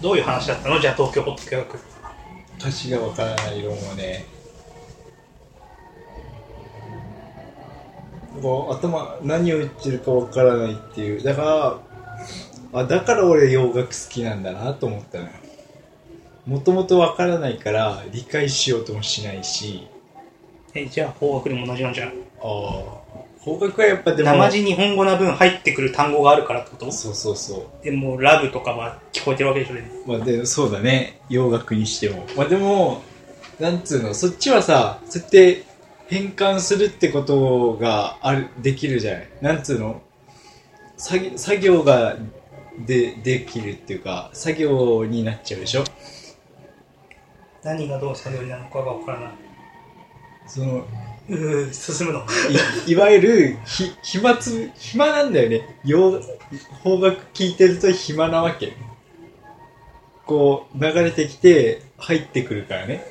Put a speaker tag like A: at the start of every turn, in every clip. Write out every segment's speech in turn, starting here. A: どういう話だったのじゃあ東京ホット計画
B: 私がわからない論はねもう頭何を言ってるかわからないっていうだからあだから俺洋楽好きなんだなと思ったのよもともとわからないから理解しようともしないし
A: えじゃあ邦楽でも同じなんじゃない
B: ああ邦楽はやっぱでも
A: 生地日本語な分入ってくる単語があるからってこと
B: そうそうそ
A: でもラブとかは聞こえてるわけでしょね
B: うまあでそうだね洋楽にしてもまあでもなんつうのそっちはさそうやって変換するってことがあるできるじゃないなんつうの作業作業がでできるっていうか作業になっちゃうでしょ
A: 何がどう作業になるのかがわからない
B: その
A: うー進むの
B: いい わゆるひ暇つ暇なんだよね洋邦楽聴いてると暇なわけこう流れてきて入ってくるからね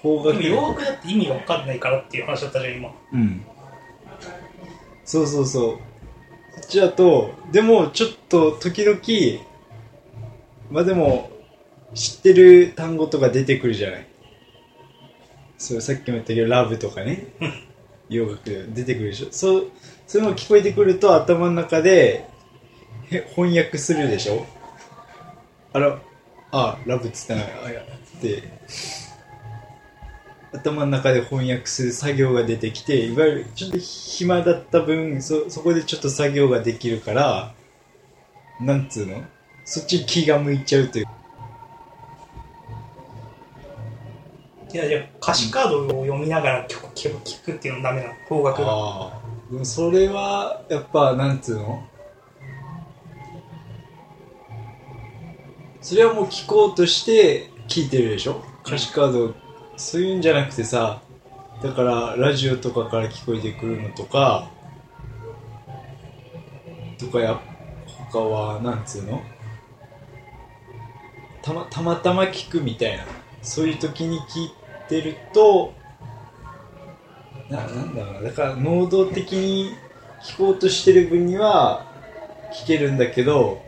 B: 邦
A: で
B: 楽
A: もよーくだって意味がわかんないからっていう話だったじゃん今
B: うんそうそうそうこっちだとでもちょっと時々まあでも知ってる単語とか出てくるじゃないそれさっきも言ったけどラブとか ね洋楽で出てくるでしょそうそういうの聞こえてくると頭の中でへ翻訳するでしょあらあラブっつったなあいやって頭の中で翻訳する作業が出てきていわゆるちょっと暇だった分そそこでちょっと作業ができるからなんつうのそっちに気が向いちゃうという
A: いやいや歌詞カードを読みながら曲聴くっていうのダメなの邦楽が
B: ああでもそれはやっぱなんつうのそれはもう聞こうとして聞いてるでしょ歌詞カードそういうんじゃなくてさだからラジオとかから聞こえてくるのとかとかや他はなんつうのたまたまたま聞くみたいなそういう時に聞いてるとななんだろうなだから能動的に聞こうとしてる分には聞けるんだけど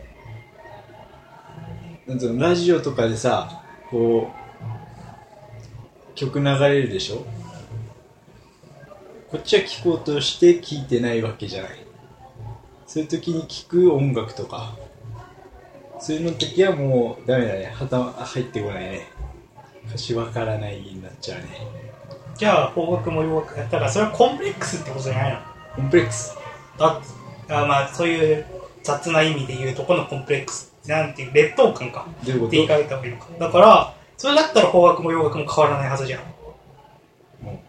B: なんつうのラジオとかでさこう曲流れるでしょこっちは聞こうとして聞いてないわけじゃないそういう時に聞く音楽とかそういうの時はもうダメだねはた入ってこないね歌詞わからないになっちゃうね
A: じゃあ邦楽も洋楽やったからそれはコンプレックスってことじゃないの
B: コンプレックス
A: だあまあそういう雑な意味で言うとこのコンプレックスなんていう劣等感か
B: どうい
A: っ
B: うこ
A: て言い
B: と
A: 換えた方がいいのかだからそれだったら邦楽も洋楽も変わらないはずじゃん
B: も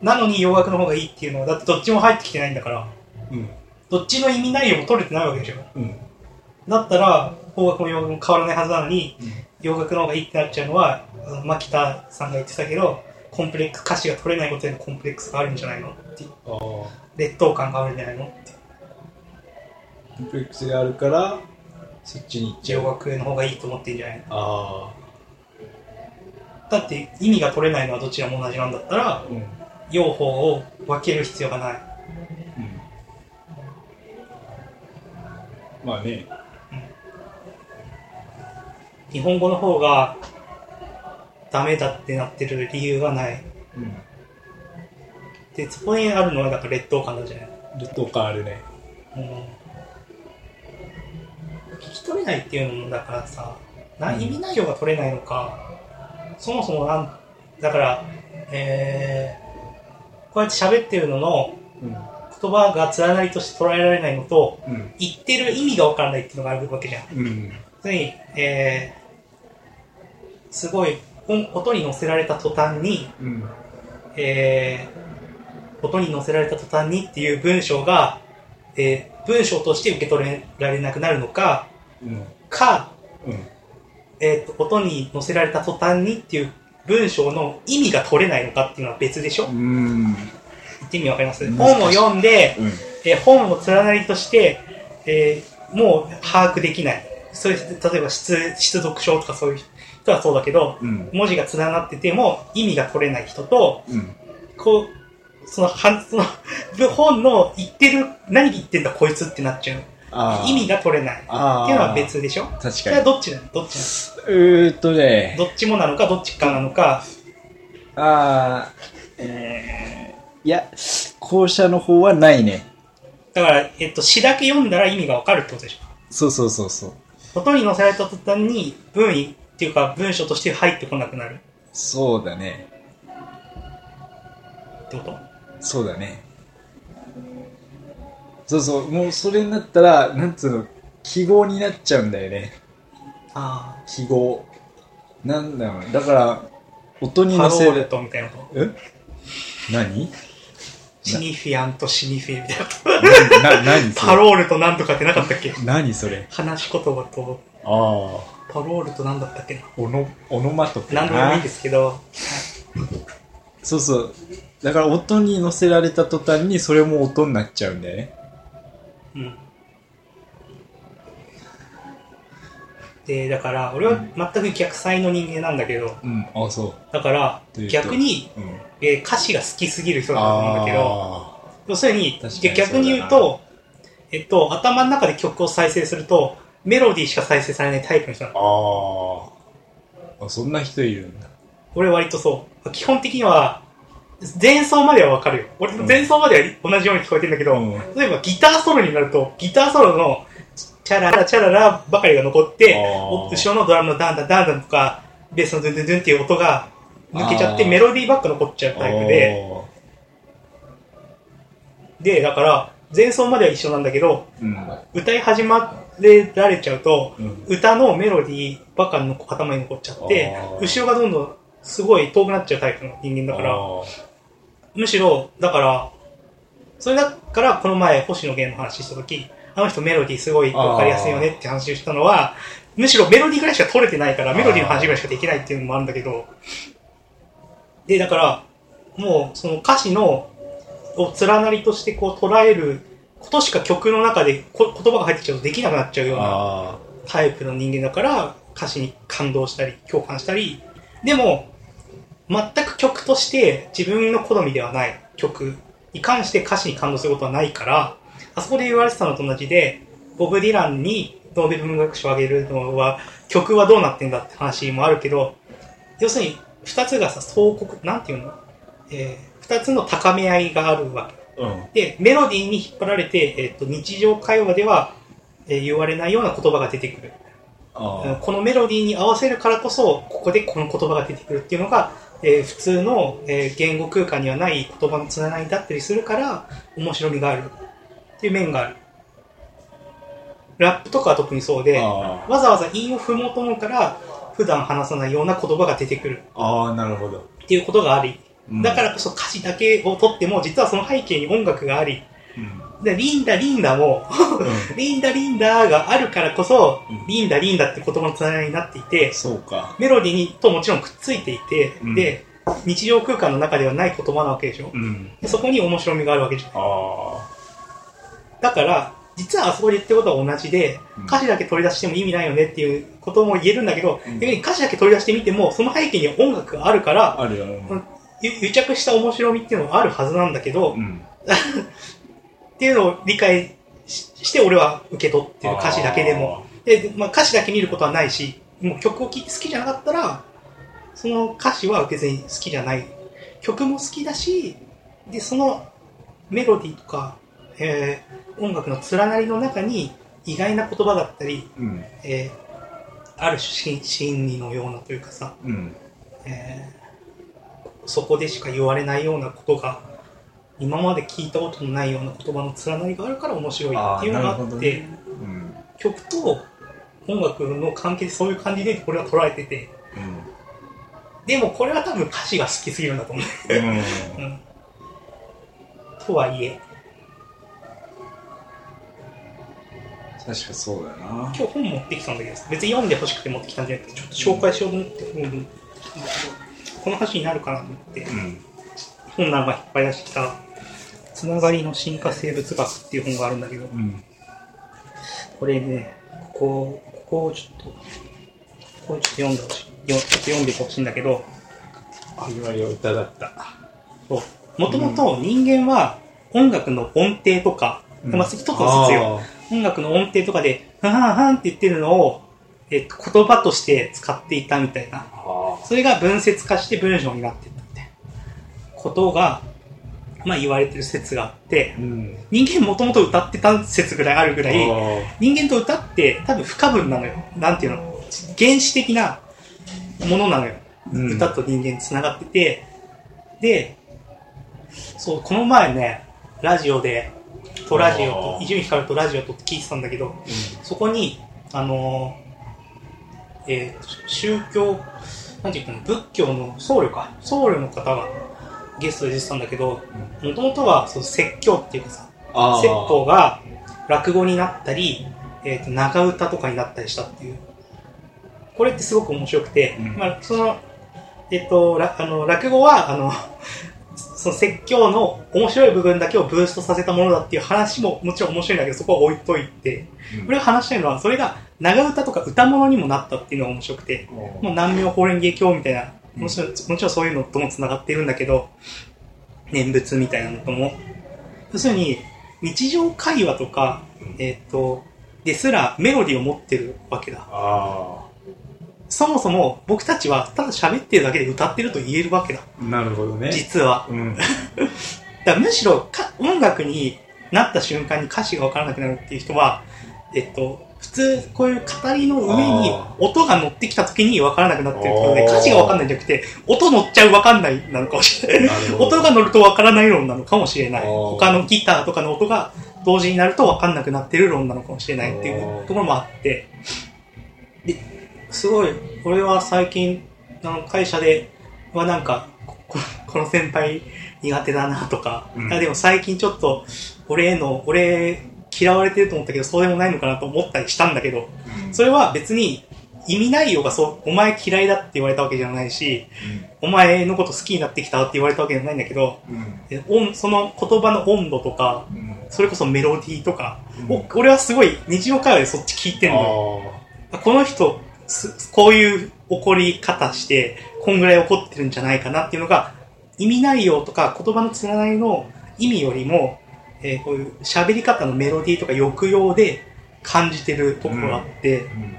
A: なのに洋楽の方がいいっていうのはだってどっちも入ってきてないんだから
B: ううん
A: どっちの意味内容も取れてないわけでしょ
B: うん
A: だったら邦楽も洋楽も変わらないはずなのに
B: うん
A: 洋楽の方がいいってなっちゃうのはあの牧田さんが言ってたけどコンプレックス歌詞が取れないことへのコンプレックスがあるんじゃないのって
B: ああコ
A: 劣等感があるんじゃないのって
B: ンプレックスがあるからそっちに行っちゃ
A: 洋
B: う
A: 楽の方がいいと思ってんじゃないの
B: あ
A: だって意味が取れないのはどちらも同じなんだったら
B: あうんうん
A: 用法を分ける必要がない、
B: まあね
A: 日本語の方がダメだってなってる理由がない
B: うん
A: でそこにあるのはだから劣等感なんじゃない、
B: 劣等感あるね
A: うん、聞き取れないっていうのもだからさな
B: うん
A: 意味内容が取れないのか、そもそもなんだからえー、こうやって喋ってるのの
B: うん
A: 言葉が連なりとして捉えられないのと
B: うん
A: 言ってる意味が分からないっていうのがあるわけじゃん
B: うん
A: ついえーすごい音音に乗せられた途端に、
B: うん
A: えー音に乗せられた途端にっていう文章が、えー文章として受け取れられなくなるのか、
B: うん
A: か、
B: うん
A: えーと音に乗せられた途端にっていう文章の意味が取れないのかっていうのは別でしょ
B: う
A: 言
B: ん
A: ってみわかります
B: 難しい
A: 本を読んで、
B: うん
A: えー本を連なりとして、えーもう把握できない。そういう、例えば失、失読症とかそういう人はそうだけど、
B: うん
A: 文字がつながってても意味が取れない人と、
B: うん
A: こう、その、はその、本の言ってる、何言ってんだこいつってなっちゃう。
B: あー
A: 意味が取れないっていう
B: あー
A: のは別でしょ
B: 確
A: じゃ
B: か
A: あ
B: に。
A: どっちなのどっちな
B: うーっとね、
A: のどっちもなのかどっちかなのか
B: あー、えー、いや、校舎の方はないね。
A: だから、えっと、詩だけ読んだら意味がわかるってことでしょ
B: そうそうそうそう。
A: 外に載せられた途端に文意っていうか文章として入ってこなくなる
B: そうだね。
A: ってこと
B: そうだね。そうそう、もうそれになったら、なんつうの、記号になっちゃうんだよね。
A: あ
B: 記号。なんだろう。だから、音
A: あ
B: に
A: ハ
B: 乗
A: ロ
B: せ
A: ール
B: る。
A: トみたいなこと
B: え何
A: シニフィアンとシニフィみたいなこと
B: な、何それ
A: パロールとなんとかってなかったっけ
B: 何それ
A: 話し言葉と
B: ああ。
A: パロールとなんだったっけ
B: オノ、オノマトペ
A: なんでもいいんですけど
B: そうそう。だから音に乗せられた途端にそれも音になっちゃうんだよね。
A: うんでだから俺は全く逆サイの人間なんだけど
B: うん、あそ
A: だから
B: というと
A: 逆に、
B: う。うん。
A: えー歌詞が好きすぎる人だと思うんだけど
B: あ
A: 要するに
B: 確かに
A: 逆逆に言うと、えっと、頭の中で曲を再生するとメロディーしか再生されないタイプの人な
B: あ。
A: の
B: ああ。そんな人いるんだ。
A: 俺割とそう基本的には前奏まではわかるよ俺
B: うん
A: 前奏までは同じように聞こえてるんだけど、
B: うん
A: 例えばギターソロになるとギターソロのチャララチャララばかりが残って
B: あー
A: 後ろのドラムのダンダンダンダンとかベースのドゥンドゥンドゥンっていう音が抜けちゃって
B: あー
A: メロディーばっか残っちゃうタイプででだから前奏までは一緒なんだけど
B: あー。うん。
A: 歌い始まれられちゃうと、
B: うん
A: 歌のメロディーばかりの塊に残っちゃって
B: あー
A: 後ろがどんどんすごい遠くなっちゃうタイプの人間だから
B: あ
A: むしろだからそれだからこの前星野源の話した時あの人メロディーすごいわかりやすいよねって話をしたのはむしろメロディーぐらいしか取れてないからメロディーの話ぐらいしかできないっていうのもあるんだけどでだからもうその歌詞のを連なりとしてこう捉えることしか曲の中でこ言葉が入ってきちゃうとできなくなっちゃうような
B: あ
A: タイプの人間だから歌詞に感動したり共感したりでも全く曲として自分の好みではない曲に関して歌詞に感動することはないからあそこで言われてたのと同じでボブ・ディランにノーベル文学賞をあげるのは曲はどうなってんだって話もあるけど要するに2つがさ相国なんていうの、え2つの高め合いがあるわけ
B: ーうん。
A: で、メロディーに引っ張られて、えっと日常会話では、えー言われないような言葉が出てくる。
B: あ
A: このメロディーに合わせるからこそ、ここでこの言葉が出てくるっていうのが、えー普通の、えー言語空間にはない言葉のつながりだったりするから、面白みがあるっていう面がある。ラップとかは特にそうで、わ
B: あ。
A: ざわざ韻を踏もうと思うから、普段話さないような言葉が出てくる
B: ああ、なるほど。
A: っていうことがあり、
B: うん
A: だからこそ歌詞だけをとっても、実はその背景に音楽があり、
B: うん。
A: でリンダリンダも、リンダリンダがあるからこそ
B: うん、
A: リンダリンダって言葉のつながりになっていて、
B: そうか。
A: メロディーにともちろんくっついていて、
B: うん
A: で、日常空間の中ではない言葉なわけでしょ。
B: うん。
A: でそこに面白みがあるわけじゃん。
B: あ
A: だから、実はあそこで言ってることは同じで
B: うん、
A: 歌詞だけ取り出しても意味ないよねっていうことも言えるんだけど、
B: うん
A: 逆に歌詞だけ取り出してみても、その背景には音楽があるか
B: あ。
A: ら、
B: あるよ。
A: ゆ癒着した面白みっていうのはあるはずなんだけど、
B: ん。
A: っていうのを理解しして俺は受け取ってる歌詞だけでも。で、まあ、歌詞だけ見ることはないし、もう曲を聴いて好きじゃなかったら、その歌詞は別に好きじゃない。曲も好きだし、で、そのメロディーとか、えー音楽の連なりの中に意外な言葉だったり、
B: あー。うん。
A: えーある種真真理のようなというかさ、
B: うん。
A: えーそこでしか言われないようなことが、今まで聞いたことのないような言葉の連なりがあるから面白いっていうのがあって、
B: うん。
A: 曲と音楽の関係そういう感じでこれは捉えててでもこれは多分歌詞が好きすぎるんだと思う、
B: うん。
A: うん、とはいえ
B: 確かそうだよな。
A: 今日本持ってきたんだけど別に読んでほしくて持ってきたんじゃなくてちょっと紹介しようと思って本この話になるかなと思って
B: うん。
A: 本なんか引っ張り出してきた「つながりの進化生物学」っていう本があるんだけど
B: うん。
A: これねここここをちょっとここをちょっと読んでほしいよちょっと読んでほしいんだけど
B: 始まりは歌だった。
A: もともと人間は音楽の音程とか、まあ一つの説よ。音楽の音程とかで、はんはんはんって言ってるのを、えっと、言葉として使っていたみたいな。
B: あ
A: それが文節化して文章になっていったみたいなことが、まあ言われてる説があって
B: あ、うん
A: 人間もともと歌ってた説ぐらいあるぐらい、
B: あ
A: 人間と歌って多分不可分なのよ。なんていうの原始的なものなのよ。
B: うん
A: 歌と人間繋がってて、で、そう、この前ね、ラジオで、とラジオ
B: あ
A: と、
B: ー
A: 伊集院光とラジオとって聞いてたんだけど、そこに、あのーえー宗教、なんていうかな、仏教の僧侶か、僧侶の方がゲストで出てたんだけど、もともとはその説教っていうかさ、
B: あ
A: 説法が落語になったり、えー、と長唄とかになったりしたっていうこれってすごく面白くて、
B: うん
A: まあ、その、えっとらあの落語はあの その説教の面白い部分だけをブーストさせたものだっていう話ももちろん面白いんだけどそこは置いといて
B: うん
A: 俺が話したいのはそれが長唄とか歌物にもなったっていうのが面白くてもう南明法蓮華経みたいな、
B: うん
A: もちろん、もちろんそういうのとも繋がっているんだけど、念仏みたいなのとも。要するに、日常会話とか
B: うん、
A: えっ、と、ですらメロディーを持ってるわけだ。
B: あ
A: そもそも僕たちはただ喋ってるだけで歌ってると言えるわけだ。
B: あなるほどね
A: 実は。
B: うん
A: だからむしろか音楽になった瞬間に歌詞がわからなくなるっていう人は、えっ、と、普通こういう語りの上に
B: あ
A: 音が乗ってきた時にわからなくなってるってことで、
B: あー
A: 歌詞がわかんないんじゃなくて、音乗っちゃうわかんないなのかもしれない。
B: なるほど
A: 音が乗るとわからない論なのかもしれない。
B: あー
A: 他のギターとかの音が同時になるとわかんなくなってる論なのかもしれないってい
B: あ
A: う
B: ー
A: ところもあって。で、すごい、俺は最近、あの会社ではなんか、ここ この先輩苦手だなとか、
B: うん
A: あでも最近ちょっと、俺への、俺嫌われてると思ったけど、そうでもないのかなと思ったりしたんだけど、それは別に意味ないよがそう、お前嫌いだって言われたわけじゃないし、お前のこと好きになってきたって言われたわけじゃないんだけど、
B: うんうん
A: で音その言葉の温度とか、
B: うん
A: それこそメロディーとか、
B: うん
A: お俺はすごい日常会話でそっち聞いてるのよ。
B: あ
A: あこの人す、こういう怒り方して、こんぐらい怒ってるんじゃないかなっていうのが、意味内容とか言葉のつながりの意味よりも、えーこういう喋り方のメロディーとか抑揚で感じてるところがあって、
B: ーうん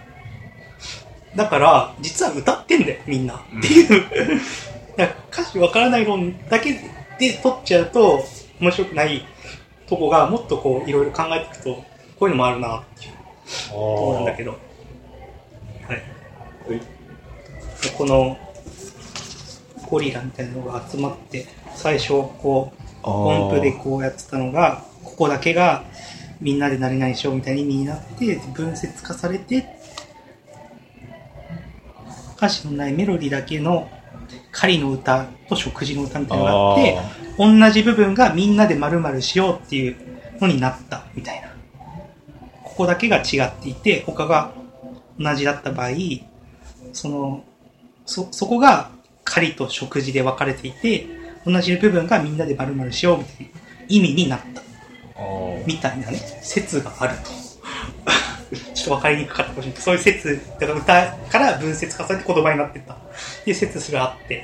A: だから、実は歌ってんだよ、みんな。
B: うん
A: っていう。だから歌詞わからない論だけで取っちゃうと、面白くないとこが、もっとこう、いろいろ考えていくと、こういうのもあるな、っていうところなんだけど。はい。
B: は
A: で
B: い
A: この、ゴリラみたいなのが集まって、最初、こう、
B: あー
A: 音符でこうやってたのが、ここだけが、みんなで何々しようみたいな意味になって、分節化されて、歌詞のないメロディーだけの狩りの歌と食事の歌みたいなのがあって、同じ部分がみんなで丸々しようっていうのになったみたいな。ここだけが違っていて、他が同じだった場合、その、そ、そこが狩りと食事で分かれていて、同じ部分がみんなで丸々しようみたいな意味になった。
B: あー
A: みたいなね、説があると。 ちょっと分かりにくかったかもしれない。そういう説、だから歌から文節化されて言葉になってった。っていう説すらあって。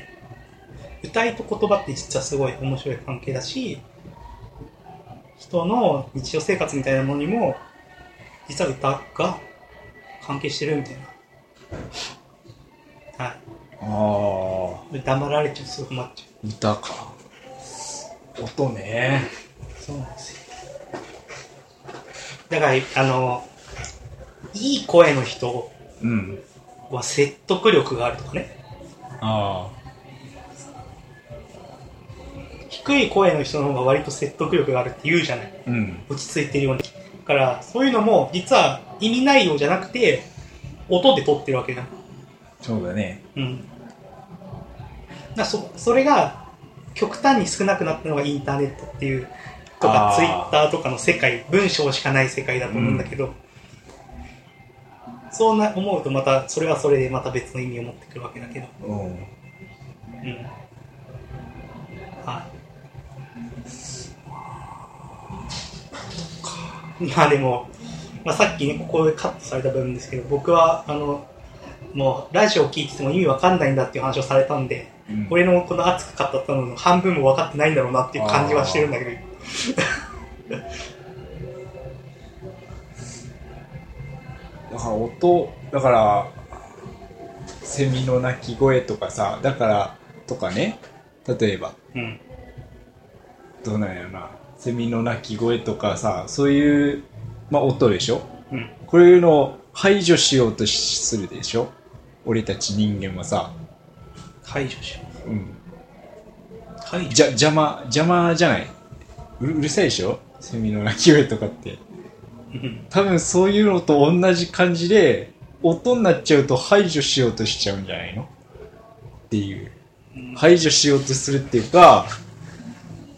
A: 歌いと言葉って実はすごい面白い関係だし、人の日常生活みたいなものにも、実は歌が関係してるみたいな。は
B: あー
A: い。黙られちゃう、すぐ困っちゃ
B: 歌か音ね
A: う。そうなんですよ。だから、あの、いい声の人を、
B: うん
A: は説得力があるとかね
B: あ
A: 低い声の人の方が割と説得力があるって言うじゃない
B: あうん
A: 落ち着いてるようにだからそういうのも実は意味内容じゃなくて音で撮ってるわけじゃん
B: そうだね
A: うんだからそそれが極端に少なくなったのがインターネットっていうとか
B: あー
A: ツイッターとかの世界文章しかない世界だと思うんだけど、そうな思うとまたそれはそれでまた別の意味を持ってくるわけだけど
B: うん
A: うんはい。まあでも、まあ、さっきね、ここでカットされた部分ですけど、僕は、あの、もう、ラジオ聞いてても意味わかんないんだっていう話をされたんで、
B: うん
A: 俺のこの熱く語ったのの半分も分かってないんだろうなっていう感じはしてるんだけど、
B: だから音だからセミの鳴き声とかさだからとかね例えば
A: うん。
B: どうなんやろなセミの鳴き声とかさそういう、まあ、音でしょ
A: うん。
B: こういうのを排除しようとしするでしょ俺たち人間はさ、
A: 排除しよ
B: うん、
A: う。排除。
B: じゃ邪魔邪魔じゃないうるうるさいでしょセミの鳴き声とかって
A: うん。
B: 多分そういうのと同じ感じで音になっちゃうと排除しようとしちゃうんじゃないのっていう
A: うん
B: 排除しようとするっていうか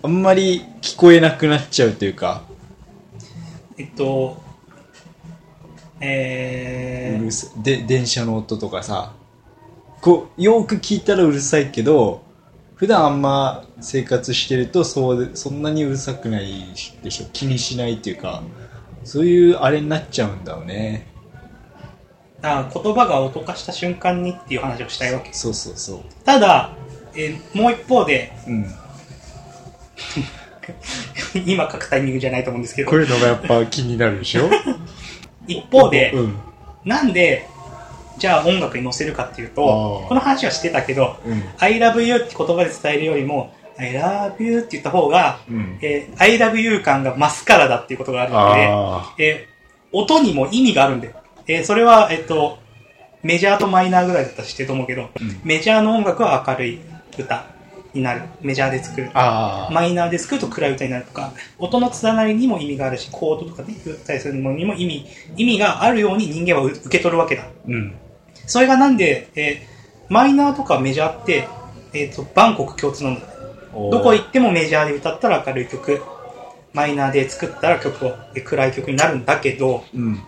B: あんまり聞こえなくなっちゃうというか、
A: えっと、
B: う
A: え
B: るさで電車の音とかさこうよく聞いたらうるさいけど普段あんま生活してるとそうそんなにうるさくないでしょ気にしないっていうかそういうあれになっちゃうんだよね
A: ー、あ言葉が音化した瞬間にっていう話をしたいわけ。
B: そうそうそう
A: ただ、えーもう一方で、
B: うん
A: 今書くタイミングじゃないと思うんですけ
B: こ
A: ど、
B: ういうのがやっぱ気になるでしょ
A: 一方で、
B: うん
A: なんで、じゃあ音楽に乗せるかっていう
B: あ
A: と
B: ー、
A: この話はしてたけど、
B: うん
A: I love you って言葉で伝えるよりも、I love you って言った方が、
B: うん
A: えー I love you 感が増すからだっていうことがあるわけで、
B: あ
A: えー音にも意味があるんだよ。えーそれは、えっと、メジャーとマイナーぐらいだったら知ってると思うけど、
B: うん
A: メジャーの音楽は明るい歌になる。メジャーで作る。
B: ああ
A: マイナーで作ると暗い歌になるとか、音の連なりにも意味があるし、コードとかね、対するものにも意味、意味があるように人間は受け取るわけだ。
B: うん
A: それがなんで、えーマイナーとかメジャーって、えっ、と、バンコク共通なんだ。どこ行ってもメジャーで歌ったら明るい曲、マイナーで作ったら曲を、えー暗い曲になるんだけど、
B: うん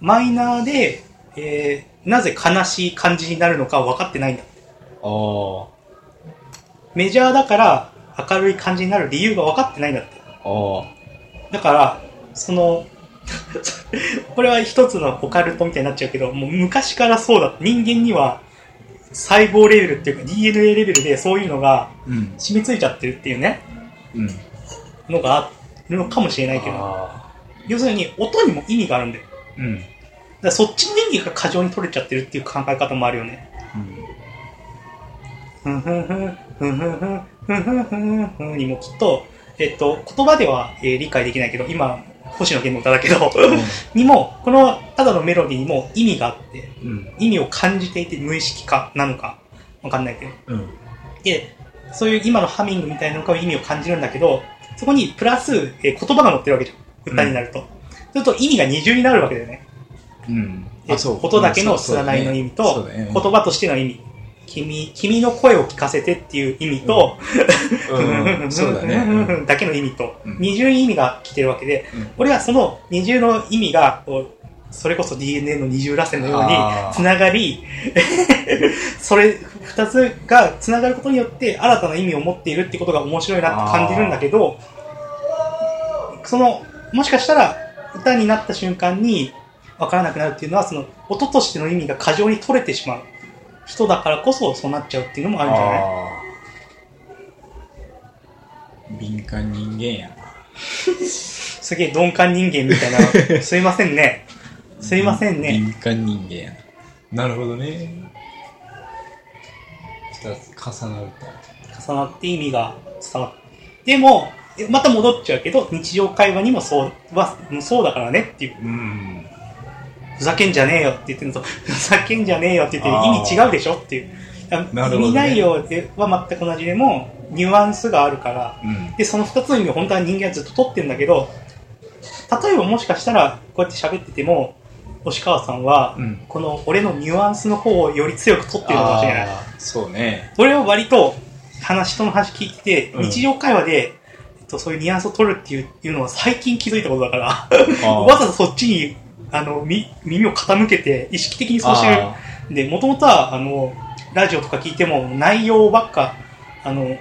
A: マイナーで、えーなぜ悲しい感じになるのか分かってないんだ。
B: ああ
A: メジャーだから明るい感じになる理由が分かってないんだって。
B: ああ
A: だから、その、これは一つのオカルトみたいになっちゃうけど、もう昔からそうだ。人間には細胞レベルっていうか DNA レベルでそういうのが
B: うん
A: 染みついちゃってるっていうね、
B: うん
A: のがあるのかもしれないけど、
B: あ
A: 要するに音にも意味があるんだよ。だか
B: ーうん
A: らそっちの意味が過剰に取れちゃってるっていう考え方もあるよね。ふんふんふん、ふんふんふん、ふんふんふんふんにもきっと、えっと、言葉では、えー理解できないけど、今、星野源の歌だけど、にも、このただのメロディーにも意味があって、
B: うんうん
A: 意味を感じていて無意識化なのか、わかんないけど。
B: うん
A: で、そういう今のハミングみたいなのか意味を感じるんだけど、そこにプラス、えー言葉が乗ってるわけじゃん。歌になると。すると意味が二重になるわけだよね。
B: うん
A: え音だけのつながりの意味と、言葉としての意味。君、君の声を聞かせてっていう意味と、
B: うんそうだねうん
A: だけの意味と、
B: うん
A: 二重に意味が来てるわけで、
B: うん
A: 俺はその二重の意味が、こうそれこそ DNA の二重らせんのように
B: あー
A: つながり、 それ二つがつながることによって新たな意味を持っているってことが面白いなって感じるんだけど、その、もしかしたら歌になった瞬間に分からなくなるっていうのは、その音としての意味が過剰に取れてしまう人だからこそそうなっちゃうっていうのもあるんじゃない
B: あー敏感人間やな
A: すげえ鈍感人間みたい な。すいませんね。すいませんね。
B: 敏感人間やななるほどね二つ重なる
A: 重なって意味が伝わって。でも、えまた戻っちゃうけど、日常会話にもそう、は、もうそうだからねっていう。
B: とうん
A: ふざけんじゃねえよって言ってるのと、ふざけんじゃねえよって言ってる
B: あー
A: 意味違うでしょっていう。
B: なる
A: 意
B: ほどね
A: 味ないよでは全く同じでも、ニュアンスがあるから。
B: うん
A: で、その二つの意味を本当は人間はずっと取ってんだけど、例えばもしかしたら、こうやって喋ってても、押川さんは、
B: うん
A: この俺のニュアンスの方をより強く取ってるのかもしれない。
B: あーそう ね
A: 俺は割と話人の話聞いてて、
B: うん
A: 日常会話で、えっと、そういうニュアンスを取るっていういうのは最近気づいたことだから、
B: あ
A: わざわざそっちにあのみ耳を傾けて意識的にそうして
B: あ
A: る。で、もともとはあのラジオとか聞いても内容ばっかあの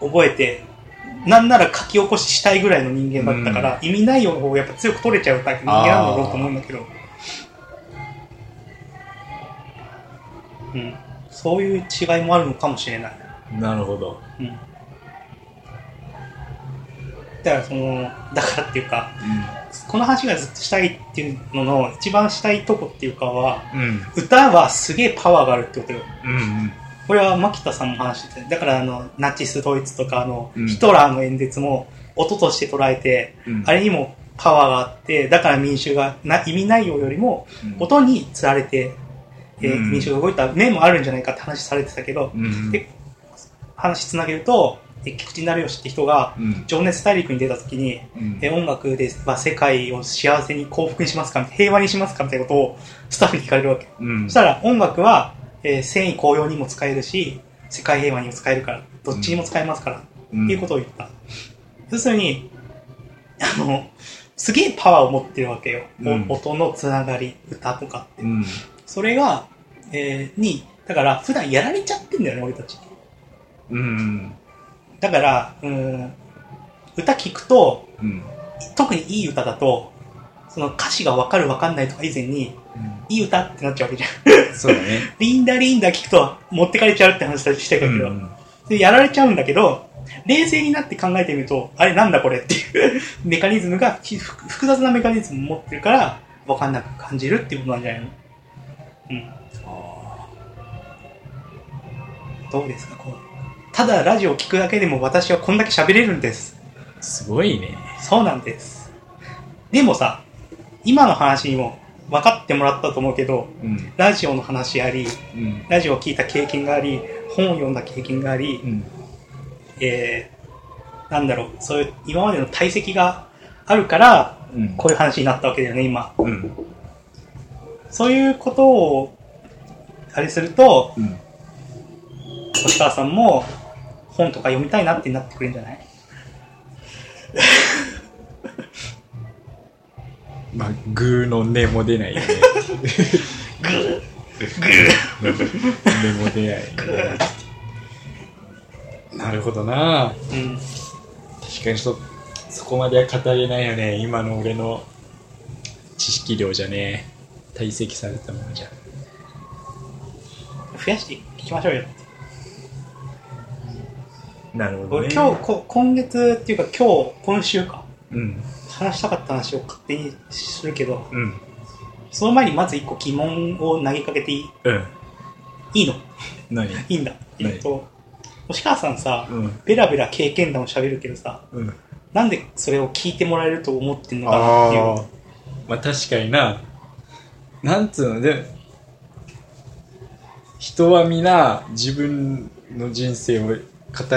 A: 覚えて、なんなら書き起こししたいぐらいの人間だったから、意味内容の方をやっぱ強く取れちゃうタイプの人間なんだろうと思うんだけど。うん、そういう違いもあるのかもしれない。
B: ーなるほど
A: うんだからその、だからっていうか、この話がずっとしたいっていうのの一番したいとこっていうかは、
B: うんうん
A: 歌はすげえパワーがあるってことよ。
B: うん
A: これは牧田さんも話してて、だからあの、ナチスドイツとかあの、
B: うん
A: ヒトラーの演説も音として捉えて、
B: うん
A: あれにもパワーがあって、だから民主がな意味内容よりも音につられて、えー
B: うん
A: 民主が動いた面もあるんじゃないかって話されてたけど、
B: うん
A: で話つなげると、えー菊池成吉って人が、
B: うん
A: 情熱大陸に出た時に、
B: うん
A: えー音楽で、まあ、世界を幸せに幸福にしますか平和にしますかみたいなことをスタッフに聞かれるわけ。
B: うん
A: そしたら音楽は、えー繊維紅葉にも使えるし、世界平和にも使えるから、どっちにも使えますから、っていうことを言った。要するに、あの、すげえパワーを持ってるわけよ。お
B: うん
A: 音のつながり、歌とかって。
B: うん
A: それが、えーに、だから普段やられちゃってんだよね、俺たち。
B: うん
A: だから、うん、歌聞くと、
B: うん
A: 特にいい歌だと、その歌詞がわかるわかんないとか以前に、いい歌ってなっちゃうわけじゃん。
B: そうだね
A: リンダリンダ聞くと持ってかれちゃうって話だしてたけど、
B: うん
A: でやられちゃうんだけど、冷静になって考えてみると、あれなんだこれっていう メカニズムが、ひ複複雑なメカニズムを持ってるから、わかんなく感じるっていうことなんじゃないのうん。どうですか、こう。ただラジオを聞くだけでも私はこんだけ喋れるんです。
B: すごいね
A: そうなんです。でもさ、今の話にも分かってもらったと思うけど、
B: うん
A: ラジオの話あり、
B: うん
A: ラジオを聞いた経験があり、本を読んだ経験があり、
B: うん
A: えー、なんだろう、そういう今までの体積があるから、
B: うん
A: こういう話になったわけだよね、今。
B: うん
A: そういうことを、あれすると、
B: うん
A: 星川さんも本とか読みたいなってなってくるんじゃない
B: まあグーの根も出ないよね
A: グー
B: 根も出ないなるほどな
A: うん。
B: 確かにそそこまでは語れないよね今の俺の知識量じゃね堆積されたものじゃ
A: 増やしていきましょうよ。
B: なるほ
A: 俺今日こ、今月っていうか今日、今週か、
B: うん
A: 話したかった話を勝手にするけど、
B: うん
A: その前にまず一個疑問を投げかけていい
B: うん
A: いいの
B: 何
A: いいんだ。えっと、星川さんさ、
B: うん
A: ベラベラ経験談を喋るけどさ、
B: うん
A: なんでそれを聞いてもらえると思ってんのかなってい
B: あ
A: う
B: あ。まあ確かにななんつうので人は皆自分の人生を語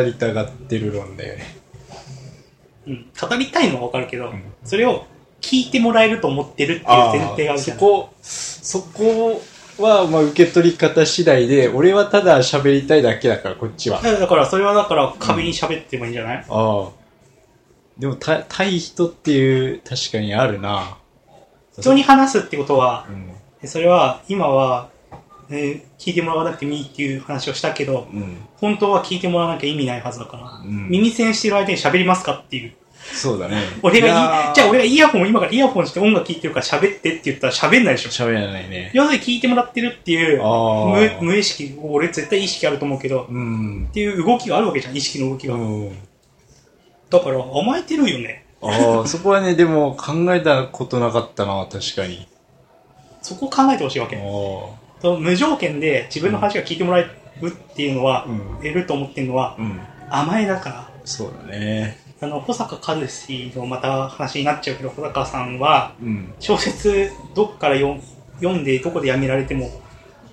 B: りたがってる論だよね
A: うん、語りたいのはわかるけど、
B: うん
A: それを聞いてもらえると思ってるっていう前提があるじ
B: そ
A: ゃん。
B: こそこはまあ受け取り方次第で俺はただ喋りたいだけだからこっちは
A: だからだから、それはだから壁に喋ってもいいんじゃない、
B: ああでもた対人っていう確かにあるな
A: 人に話すってことは
B: う、ん
A: それは今は、えー聞いてもらわなくてもいいっていう話をしたけど、
B: うん
A: 本当は聞いてもらわなきゃ意味ないはずだから、
B: うん
A: 耳栓してる相手に喋りますかっていう。
B: そうだね
A: 俺がい
B: いやー
A: じゃあ俺がイヤホン、今からイヤホンして音楽聴いてるから喋ってって言ったら喋んないでしょ。
B: 喋らないね
A: 要するに聞いてもらってるっていう
B: あー
A: 無無意識、俺絶対意識あると思うけど、
B: うん
A: っていう動きがあるわけじゃん、意識の動きが。
B: うん
A: だから甘えてるよね。
B: ああ、そこはね、でも考えたことなかったな、確かに。
A: そこを考えてほしいわ
B: あ
A: け。
B: あ。
A: その無条件で自分の話が聞いてもらえるっていうのは、
B: うん
A: 得ると思ってるのは
B: うん。
A: 甘えだから。
B: そうだね。
A: あの、保坂和志のまた話になっちゃうけど、保坂さんは
B: うん。
A: 小説どっから読ん読んでどこでやめられても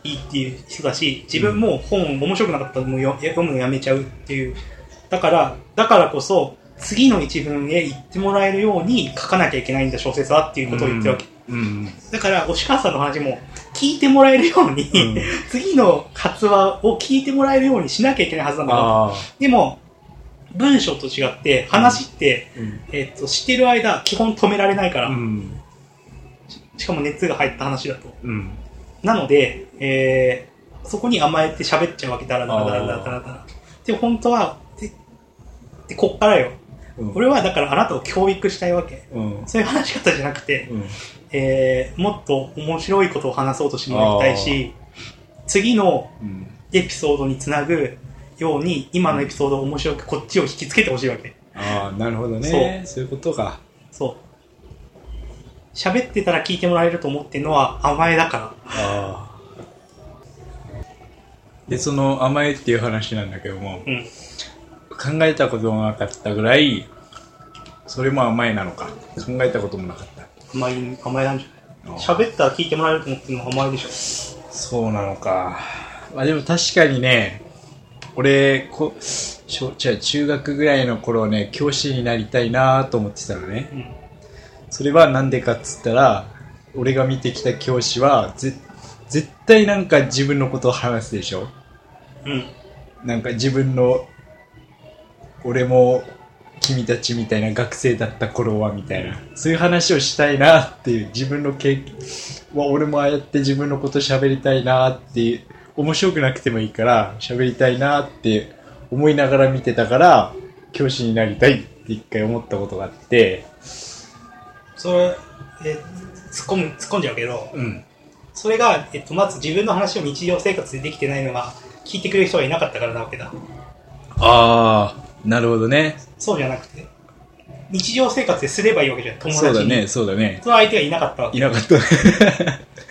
A: いいっていう人だし、自分も本面白くなかったらもうよ読むのやめちゃうっていう。だから、だからこそ、次の一文へ行ってもらえるように書かなきゃいけないんだ、小説はっていうことを言ってるわけ。
B: うん。
A: だから、押川さんの話も、聞いてもらえるように、
B: うん
A: 次の発話を聞いてもらえるようにしなきゃいけないはずなんだけど、
B: ああ。
A: でも、文章と違って、話って、えっと、してる間、基本止められないから、
B: うん。
A: しかも熱が入った話だと。
B: うん。
A: なので、えー、そこに甘えて喋っちゃうわけだらだらだらだらだらだら。で、本当は、で、でこっからよ。
B: うん。
A: 俺はだからあなたを教育したいわけ。
B: うん。
A: そういう話し方じゃなくて、
B: うん。
A: えー、もっと面白いことを話そうとしてもらいたいし、次の
B: うん。
A: エピソードにつなぐように、今のエピソードを面白くこっちを引きつけてほしいわけ。
B: あああ、なるほどね。そういうことか。
A: そう。喋ってたら聞いてもらえると思ってるのは甘えだから。
B: ああ。で、その甘えっていう話なんだけども、
A: うん。
B: 考えたこともなかったぐらい、それも甘えなのか。考えたこともなかった。
A: 甘え、甘えなんじゃ
B: あ
A: な
B: あ
A: い喋ったら聞いてもらえると思ってるのは甘えでしょ。
B: そうなのか。まあでも確かにね、俺、こ小じゃあ中学ぐらいの頃ね、教師になりたいなと思ってたのね
A: う。ん。
B: それはなんでかっつったら、俺が見てきた教師は、ぜ絶対なんか自分のことを話すでしょ。
A: うん。
B: なんか自分の、俺も君たちみたいな学生だった頃はみたいな、そういう話をしたいなっていう、自分の経験は俺もああやって自分のこと喋りたいなっていう、面白くなくてもいいから喋りたいなって思いながら見てたから、教師になりたいって一回思ったことがあって、
A: それ、え、突っ込む、突っ込んじゃうけど、
B: うん。
A: それが、えっと、まず自分の話を日常生活でできてないのが、聞いてくれる人がいなかったからなわけだ。
B: ああ、なるほどね。
A: そうじゃなくて、日常生活ですればいいわけじゃん、友達
B: そ
A: に。
B: うだね、そうだね。
A: その相手がいなかったわけ
B: い。なかった。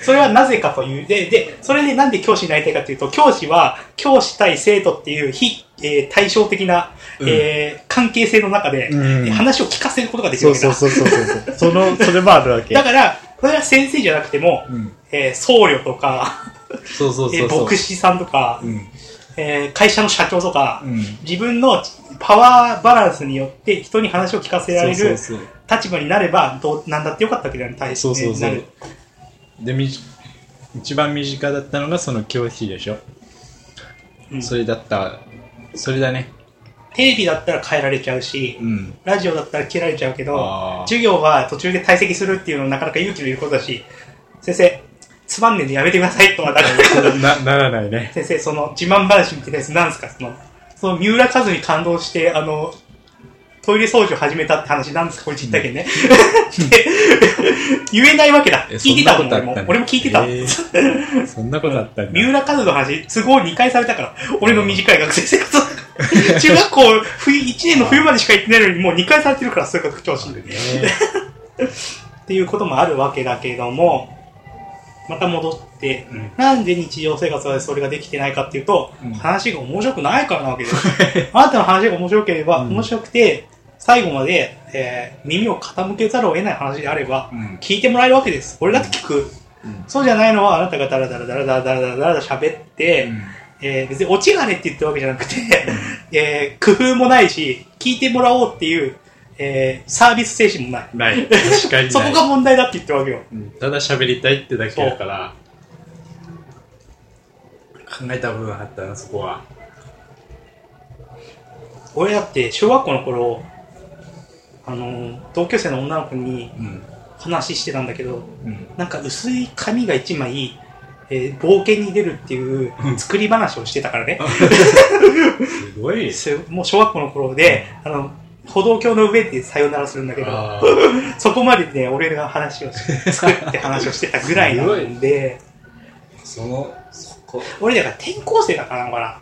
A: それはなぜかという。で、で、それでなんで教師になりたいかというと、教師は、教師対生徒っていう非、えー対照的な、
B: うん
A: えー関係性の中で、
B: うん
A: 話を聞かせることができる
B: そう
A: わけだ。
B: そうそうそう そう。その、それもあるわけ。
A: だから、それは先生じゃなくても、
B: うん。
A: えー僧侶とか、
B: そうそう
A: え
B: そ
A: ー
B: うそう。
A: 牧師さんとか、
B: うん。
A: えー会社の社長とか、
B: うん。
A: 自分のパワーバランスによって人に話を聞かせられ
B: そう
A: る
B: そうそう
A: 立場になれば、どう、なんだってよかったわけじゃない、対
B: そうそう
A: えーな
B: そう
A: る。
B: でみじ一番身近だったのがその教師でしょ、
A: うん
B: それだったそれだね
A: テレビだったら変えられちゃうし、
B: うん
A: ラジオだったら切られちゃうけ
B: あー
A: ど、授業は途中で退席するっていうのはなかなか勇気のいることだし、先生、つまんねえんでやめてくださいとはなる。
B: なならないね
A: 先生、その自慢話みたいなやつなんすかその、その三浦和に感動して、あの、トイレ掃除を始めたって話なんですかこれ実体験ね。で言えないわけだ。
B: え
A: 聞いてたもん、
B: そ
A: 俺
B: ん
A: も
B: なことあったね。
A: 俺も聞いてた。
B: へーそんなことあったんだ
A: 三浦和の話、都合2回された から、俺の短い学生生活の中中学校、冬、1年の冬までしか行ってないのに、もう2回されてるから、そういう学長心で。
B: ね
A: っていうこともあるわけだけども、また戻って、
B: うん
A: なんで日常生活はそれができてないかっていうと、
B: うん
A: 話が面白くないからなわけです。あなたの話が面白ければ、
B: うん
A: 面白くて、最後まで、えー耳を傾けざるを得ない話であれば
B: う、ん
A: 聞いてもらえるわけです。俺だって聞く。
B: うん
A: そうじゃないのは、あなたがダラダラダラダラダラダラダラ喋って、
B: うん
A: えー別にオチがねって言ってるわけじゃなくて、えー工夫もないし、聞いてもらおうっていう、えーサービス精神もない。
B: ない確かに ない
A: そこが問題だって言ってるわけよ。
B: うんただ喋りたいってだけだから考えたことなかったなそこは
A: 俺だって小学校の頃、あのー、同級生の女の子に
B: うん
A: 話してたんだけど、
B: うん
A: なんか薄い紙が一枚、えー冒険に出るっていう
B: うん
A: 作り話をしてたからね。
B: すご い
A: すもう小学校の頃で、あの、歩道橋の上でさよならするんだけど、
B: あー
A: そこまでね、俺が話をし作って話をしてたぐらいなんで、
B: そのそこ
A: 俺だから転校生だからなのかな。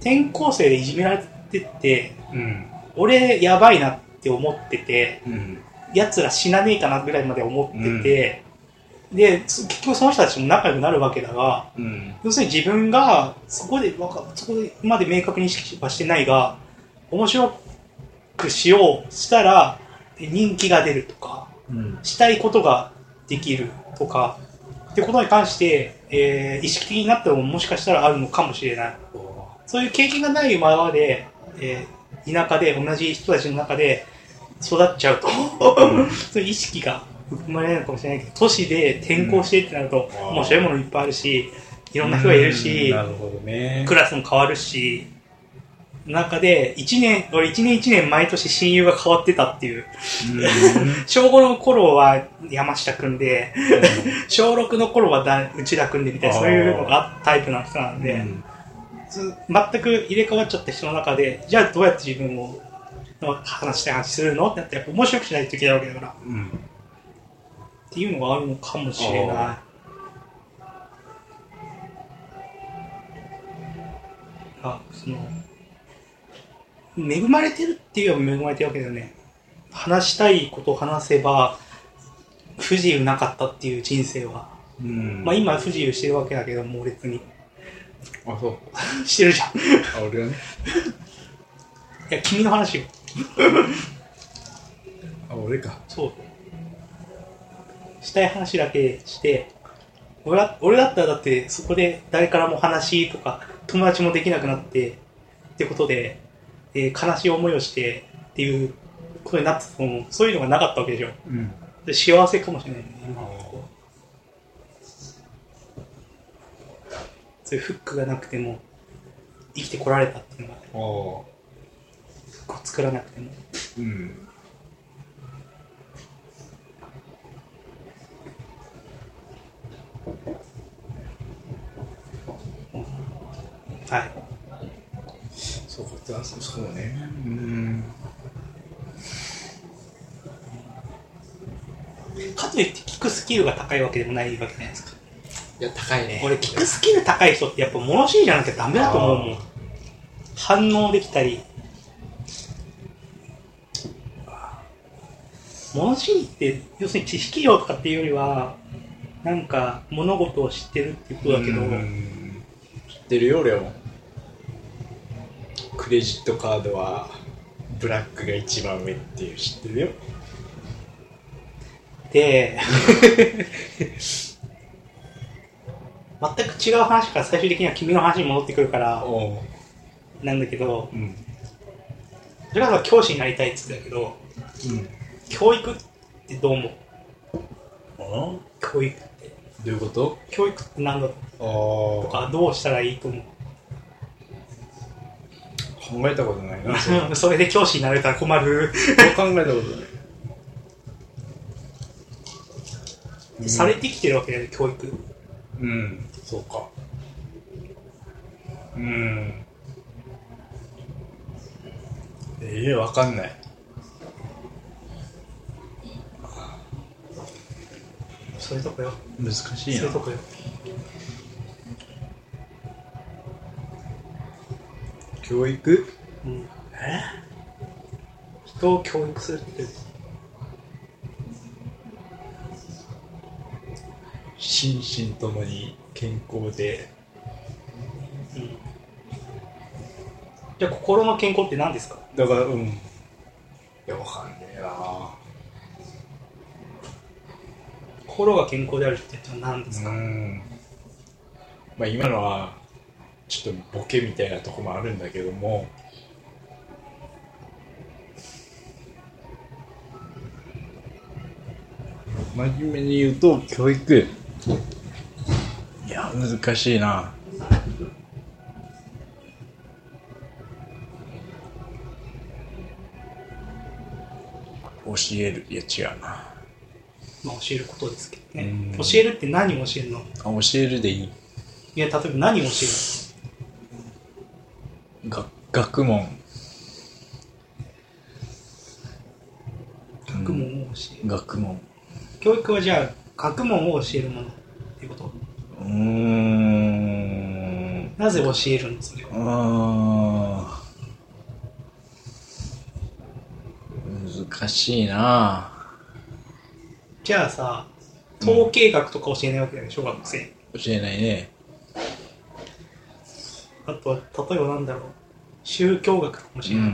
A: 転校生でいじめられてて、
B: うん
A: 俺やばいなって思ってて、
B: うん
A: 奴ら死なねえかなぐらいまで思ってて、で、そ結局その人たちも仲良くなるわけだが、
B: うん
A: 要するに自分がそこでわか、そこまで明確に意識はしてないが、面白くしようしたら人気が出るとか、
B: うん
A: したいことができるとか、ってことに関して、えー意識的になったのももしかしたらあるのかもしれない。そういう経験がないままで、えー田舎で同じ人たちの中で育っちゃうと、そういう意識が生まれないのかもしれないけど、都市で転校してってなると、
B: うん
A: 面白いものいっぱいあるし、いろんな人がいる
B: う
A: し
B: ん、なるほどね
A: クラスも変わるし、中で、一年、俺一年一年毎年親友が変わってたっていう。小5の頃は山下くんで、小6の頃はだ内田くんでみたいな、
B: あー
A: そういうのがタイプな人なんで、ず全く入れ替わっちゃった人の中で、じゃあどうやって自分をの話したい話するのってなって、やっぱ面白くしないといけないわけだから、
B: うん
A: っていうのがあるのかもしれない
B: あ。
A: あその恵まれてるって言えば恵まれてるわけだよね。話したいことを話せば、不自由なかったっていう人生は。
B: うん
A: まあ今不自由してるわけだけど、猛烈に。
B: あそう
A: してるじゃん。
B: あ俺はね
A: いや、君の話よ。
B: あ俺か
A: そう。したい話だけして、俺だ俺だったらだってそこで誰からも話とか友達もできなくなってってことで、えー悲しい思いをしてっていうことになってたと思う。そういうのがなかったわけでしょ。
B: うん
A: で幸せかもしれないね、今のところそういうフックがなくても生きてこられたっていうのが、
B: ああ
A: フックを作らなくても。
B: うん
A: はい。
B: そうかそうそうねうん
A: かといって聞くスキルが高いわけでもないわけじゃないですか。
B: いや高いね
A: 俺聞くスキル高い人ってやっぱ物知りじゃなきゃダメだと思うもん
B: あ
A: 反応できたり物知りって要するに知識量とかっていうよりはなんか物事を知ってるっていうことだけど
B: うん知ってるよ俺もクレジットカードはブラックが一番上っていう知ってるよ
A: で全く違う話から最終的には君の話に戻ってくるから
B: お
A: なんだけど
B: うんうん
A: それは教師になりたいっつってたけど教育ってどう思う
B: あ
A: 教育って
B: どういうこと
A: 教育って何だろうと
B: ああ
A: かどうしたらいいと思う
B: 考えたことないなそれ
A: それで教師になれたら困る、
B: 考えたことない、うん
A: されてきてるわけだよね教育
B: うんそうかうんええわかんない
A: そういうとこよ
B: 難し
A: そういうとこよ
B: 教育
A: うん人を教育するって
B: 心身ともに健康で
A: じゃあ心の健康って何ですか
B: だからうんいやわかんねえな
A: 心が健康であるって言ったら何ですか、
B: うんまあ今のはちょっとボケみたいなとこもあるんだけども真面目に言うと教育いや難しいな教えるいや違うな
A: まあ、教えることですけどね、
B: うん
A: 教えるって何を教えるの
B: あ教えるでいい
A: いや例えば何を教
B: が学問
A: えるの学問を教える、
B: 学問
A: 教育はじゃあ学問を教えるものっていうこと
B: うーん
A: なぜ教えるのそれは
B: あー難しいな
A: じゃあさ統計学とか教えないわけだよね小学生
B: 教えないね
A: あとは、例えばなんだろう、宗教学かもしれない。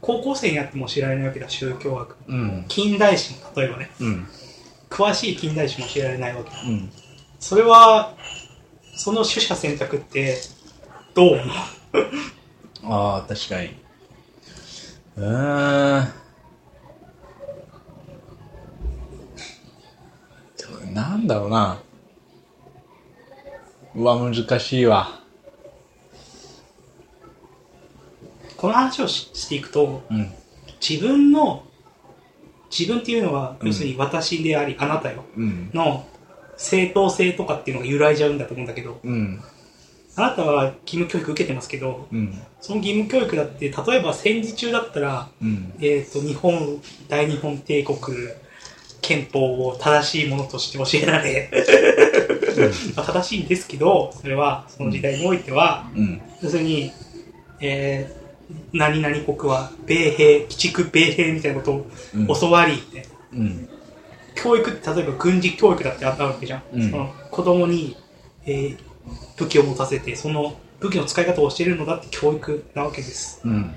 A: 高校生になっても知られないわけだ、宗教学。
B: うん
A: 近代史も、例えばね、
B: うん
A: 詳しい近代史も知られないわけだ。
B: うん
A: それは、その取捨選択って、どう思う
B: ああ確かにうーんでもなんだろうなうわ難しいわ
A: この話をししていくと、
B: うん
A: 自分の、自分っていうのは、
B: うん
A: 要するに私であり、あなたよ、
B: うん
A: の正当性とかっていうのが揺らいじゃうんだと思うんだけど、
B: うん
A: あなたは義務教育受けてますけど、
B: うん
A: その義務教育だって、例えば戦時中だったら、
B: うん
A: えー、と日本大日本帝国憲法を正しいものとして教えられ、まあ正しいんですけどそれはその時代においては、
B: うん
A: 要するに、え何々国は米兵、鬼畜米兵みたいなことを教わり、みたいな
B: うん。
A: 教育って例えば軍事教育だってあったわけじゃん、
B: うん
A: その子供に、えー武器を持たせてその武器の使い方を教えるのだって教育なわけです
B: うん。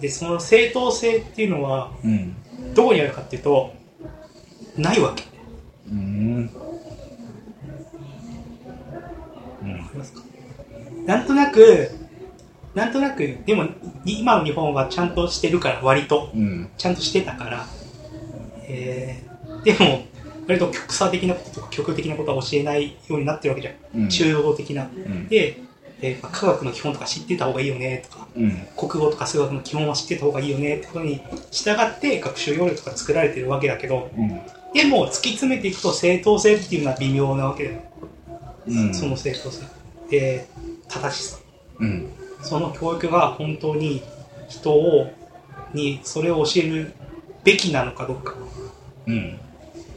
A: でその正当性っていうのは
B: うん。
A: どこにあるかっていうとないわけわか
B: うん。
A: りますかなんとなくなんとなくでもい今の日本はちゃんとしてるから割と
B: うん。
A: ちゃんとしてたから、えーでも割と極左的なこととか極右的なことは教えないようになってるわけじゃん
B: うん。
A: 中道的な。
B: うん。
A: で、えーまあ科学の基本とか知ってた方がいいよねとか、
B: うん。
A: 国語とか数学の基本は知ってた方がいいよねってことに従って学習要領とか作られてるわけだけど、
B: うん。
A: でも突き詰めていくと正当性っていうのは微妙なわけだよ。
B: うん。
A: その正当性。で、正しさ。
B: うん。
A: その教育が本当に人を、にそれを教えるべきなのかどうか
B: うん。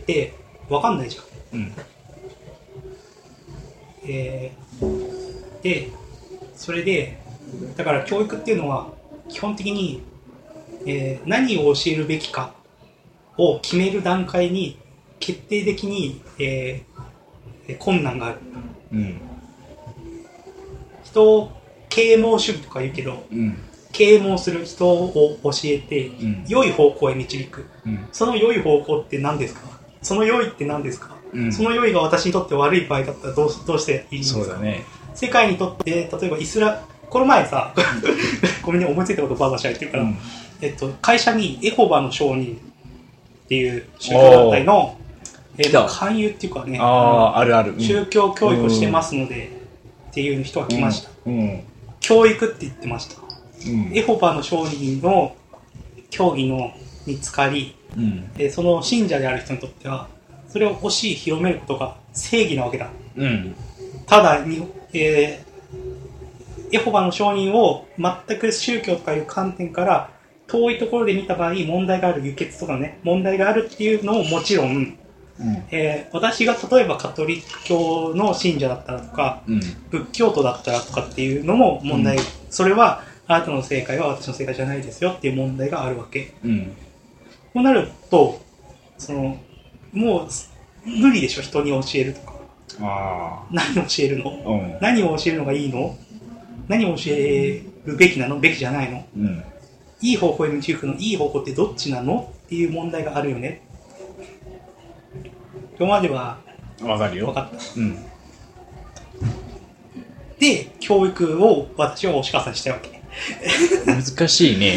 A: って分かんないじゃん。
B: うん。
A: えーでそれでだから教育っていうのは基本的に、えー何を教えるべきかを決める段階に決定的に、えー困難がある
B: うん。
A: 人を啓蒙主義とか言うけど
B: うん。
A: 啓蒙する人を教えて
B: うん
A: 良い方向へ導く
B: うん。
A: その良い方向って何ですかその良いって何ですか、
B: うん
A: その良いが私にとって悪い場合だったらどうしどうしていいんですか
B: そうだね。
A: 世界にとって例えばイスラこの前 さごめんね思いついたことばあばしゃってるから、
B: うん。
A: えっと、会社にエホバの証人っていう宗教団体の、えっと、
B: 来た
A: 勧誘っていうかね
B: ああ、あるある。
A: 宗教教育をしてますので、っていう人が来ました、。
B: うん。
A: 教育って言ってました
B: うん。
A: エホバの証人の教義のに浸かり
B: うん。
A: でその信者である人にとってはそれを欲しい広めることが正義なわけだ
B: うん。
A: ただに、えーエホバの証人を全く宗教とかいう観点から遠いところで見た場合問題がある輸血とかね問題があるっていうのももちろん、
B: うん。
A: えー私が例えばカトリック教の信者だったらとか
B: うん。
A: 仏教徒だったらとかっていうのも問題、
B: うん
A: それはあなたの正解は私の正解じゃないですよっていう問題があるわけ
B: うん。
A: こうなるとそのもう無理でしょ人に教えるとか
B: あ
A: 何教えるの
B: あ。うん。
A: 何を教えるのがいいの何を教えるべきなのべきじゃないの
B: うん。
A: いい方向へ導くのいい方向ってどっちなのっていう問題があるよね今日までは
B: わかる
A: 分
B: よ。
A: かった
B: うん。
A: で教育を私は押川さんにしたいわけ
B: 難しいね。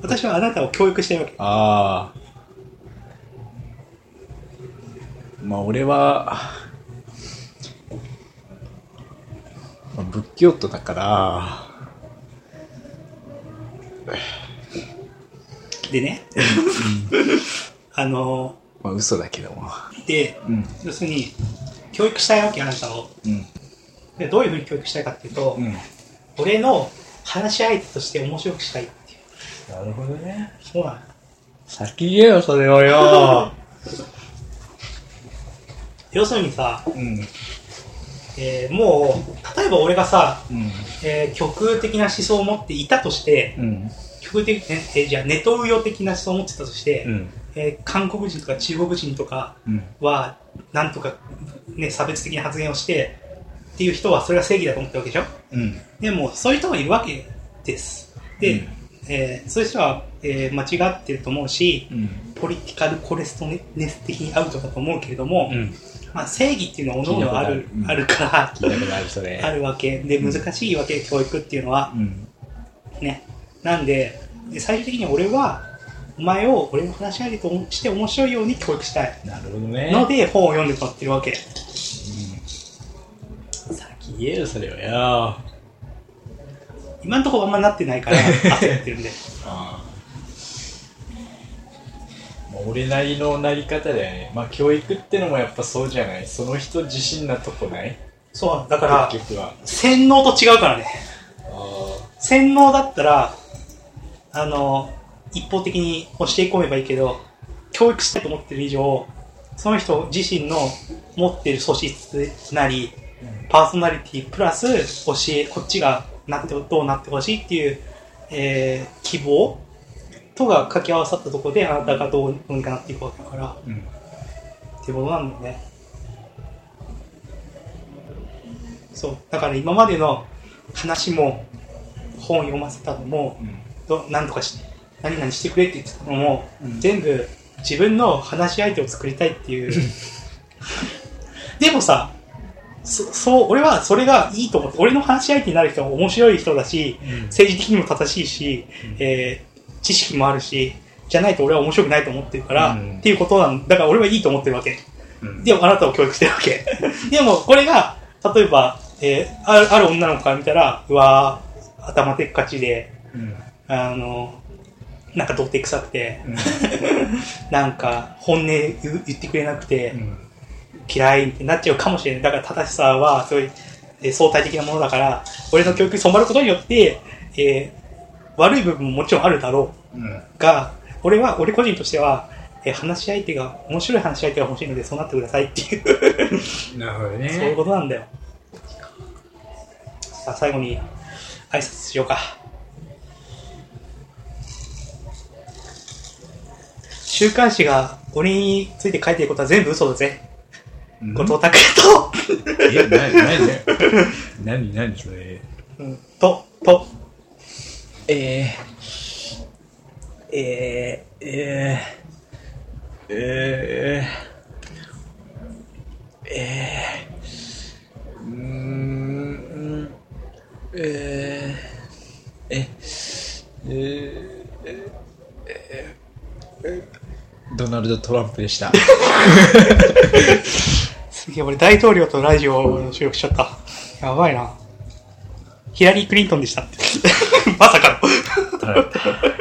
A: 私はあなたを教育したいわけ
B: ああまあ俺はまあ仏教徒だから
A: でね あの
B: まあ嘘だけども
A: で
B: うん
A: 要するに教育したいわけあなたを
B: うん
A: でどういうふうに教育したいかっていうと、
B: うん
A: 俺の話し相手として面白くしたいっていう
B: なるほどね
A: そうなの
B: 先言えよそれをよ
A: 要するにさ
B: うん
A: えーもう例えば俺がさ、
B: うん
A: えー極右的な思想を持っていたとして
B: うん
A: 極右的、ねえーじゃあネトウヨ的な思想を持ってたとして、
B: うん
A: えー韓国人とか中国人とか
B: うん
A: はなんとか、ね、差別的な発言をしてっていう人はそれが正義だと思ってるわけでしょ
B: うん
A: でもそういう人がいるわけですで、
B: うん
A: えーそういう人は、えー間違ってると思うし
B: うん
A: ポリティカルコレストネス的にアウトだと思うけれども、
B: うん
A: まあ、正義っていうのは各々ある
B: 聞いたことあるうん
A: あるから
B: 聞いたことあるそれ
A: あるわけで
B: うん
A: 難しいわけ教育っていうのは
B: うん
A: ねなんでで最終的に俺はお前を俺の話し相手として面白いように教育したい
B: なるほどね
A: ので本を読んでもらってるわけ
B: 先言えよそれをよ
A: 今のところあんまなってないから焦ってるん で
B: あまあ俺なりのなり方だよねまあ教育ってのもやっぱそうじゃないその人自身なとこない
A: そうだから
B: 結局は
A: 洗脳と違うからね
B: あ
A: 洗脳だったらあの一方的に押してい込めばいいけど教育したいと思ってる以上その人自身の持ってる素質なりパーソナリティプラス教えこっちがなってどうなってほしいっていう、えー希望とが掛け合わさったところであなたがどうどうにかなっていくわけだから
B: うん
A: っていうことなんだよねそうだから今までの話も本読ませたのも
B: うん
A: どなんとかし何々してくれって言ってたのも、
B: うん
A: 全部自分の話し相手を作りたいって いうでもさそそう俺はそれがいいと思って俺の話し相手になる人は面白い人だし政治的にも正しいし、
B: うん
A: えー知識もあるしじゃないと俺は面白くないと思ってるから、
B: うん
A: っていうことなんだから俺はいいと思ってるわけ
B: うん
A: でもあなたを教育してるわけ でもこれが例えば、えーあるある女の子から見たらうわー頭でっかちで
B: うん
A: あのなんかどて臭くて
B: うん
A: なんか本音言う言ってくれなくて、
B: うん
A: 嫌いってなっちゃうかもしれない。だから正しさは、そういう、えー相対的なものだから、俺の教育に染まることによって、えー悪い部分ももちろんあるだろ
B: うん
A: うが、俺は、俺個人としては、えー話し相手が、面白い話し相手が欲しいので、そうなってくださいっていう、
B: なるほど
A: そういう
B: ね
A: ことなんだよ。さあ、最後に、挨拶しようか。週刊誌が俺について書いてることは全部嘘だぜ。
B: うん
A: 後藤拓也と、
B: えな何 何何何それ
A: うん と、と、
B: えー、えー、えー、えー、えー、うーん、えー、え、えー、えー、ドナルド・トランプでした。
A: すげえ、俺大統領とラジオを収録しちゃった。や ばいな。ヒラリー・クリントンでしたって。まさかの。
B: トランプ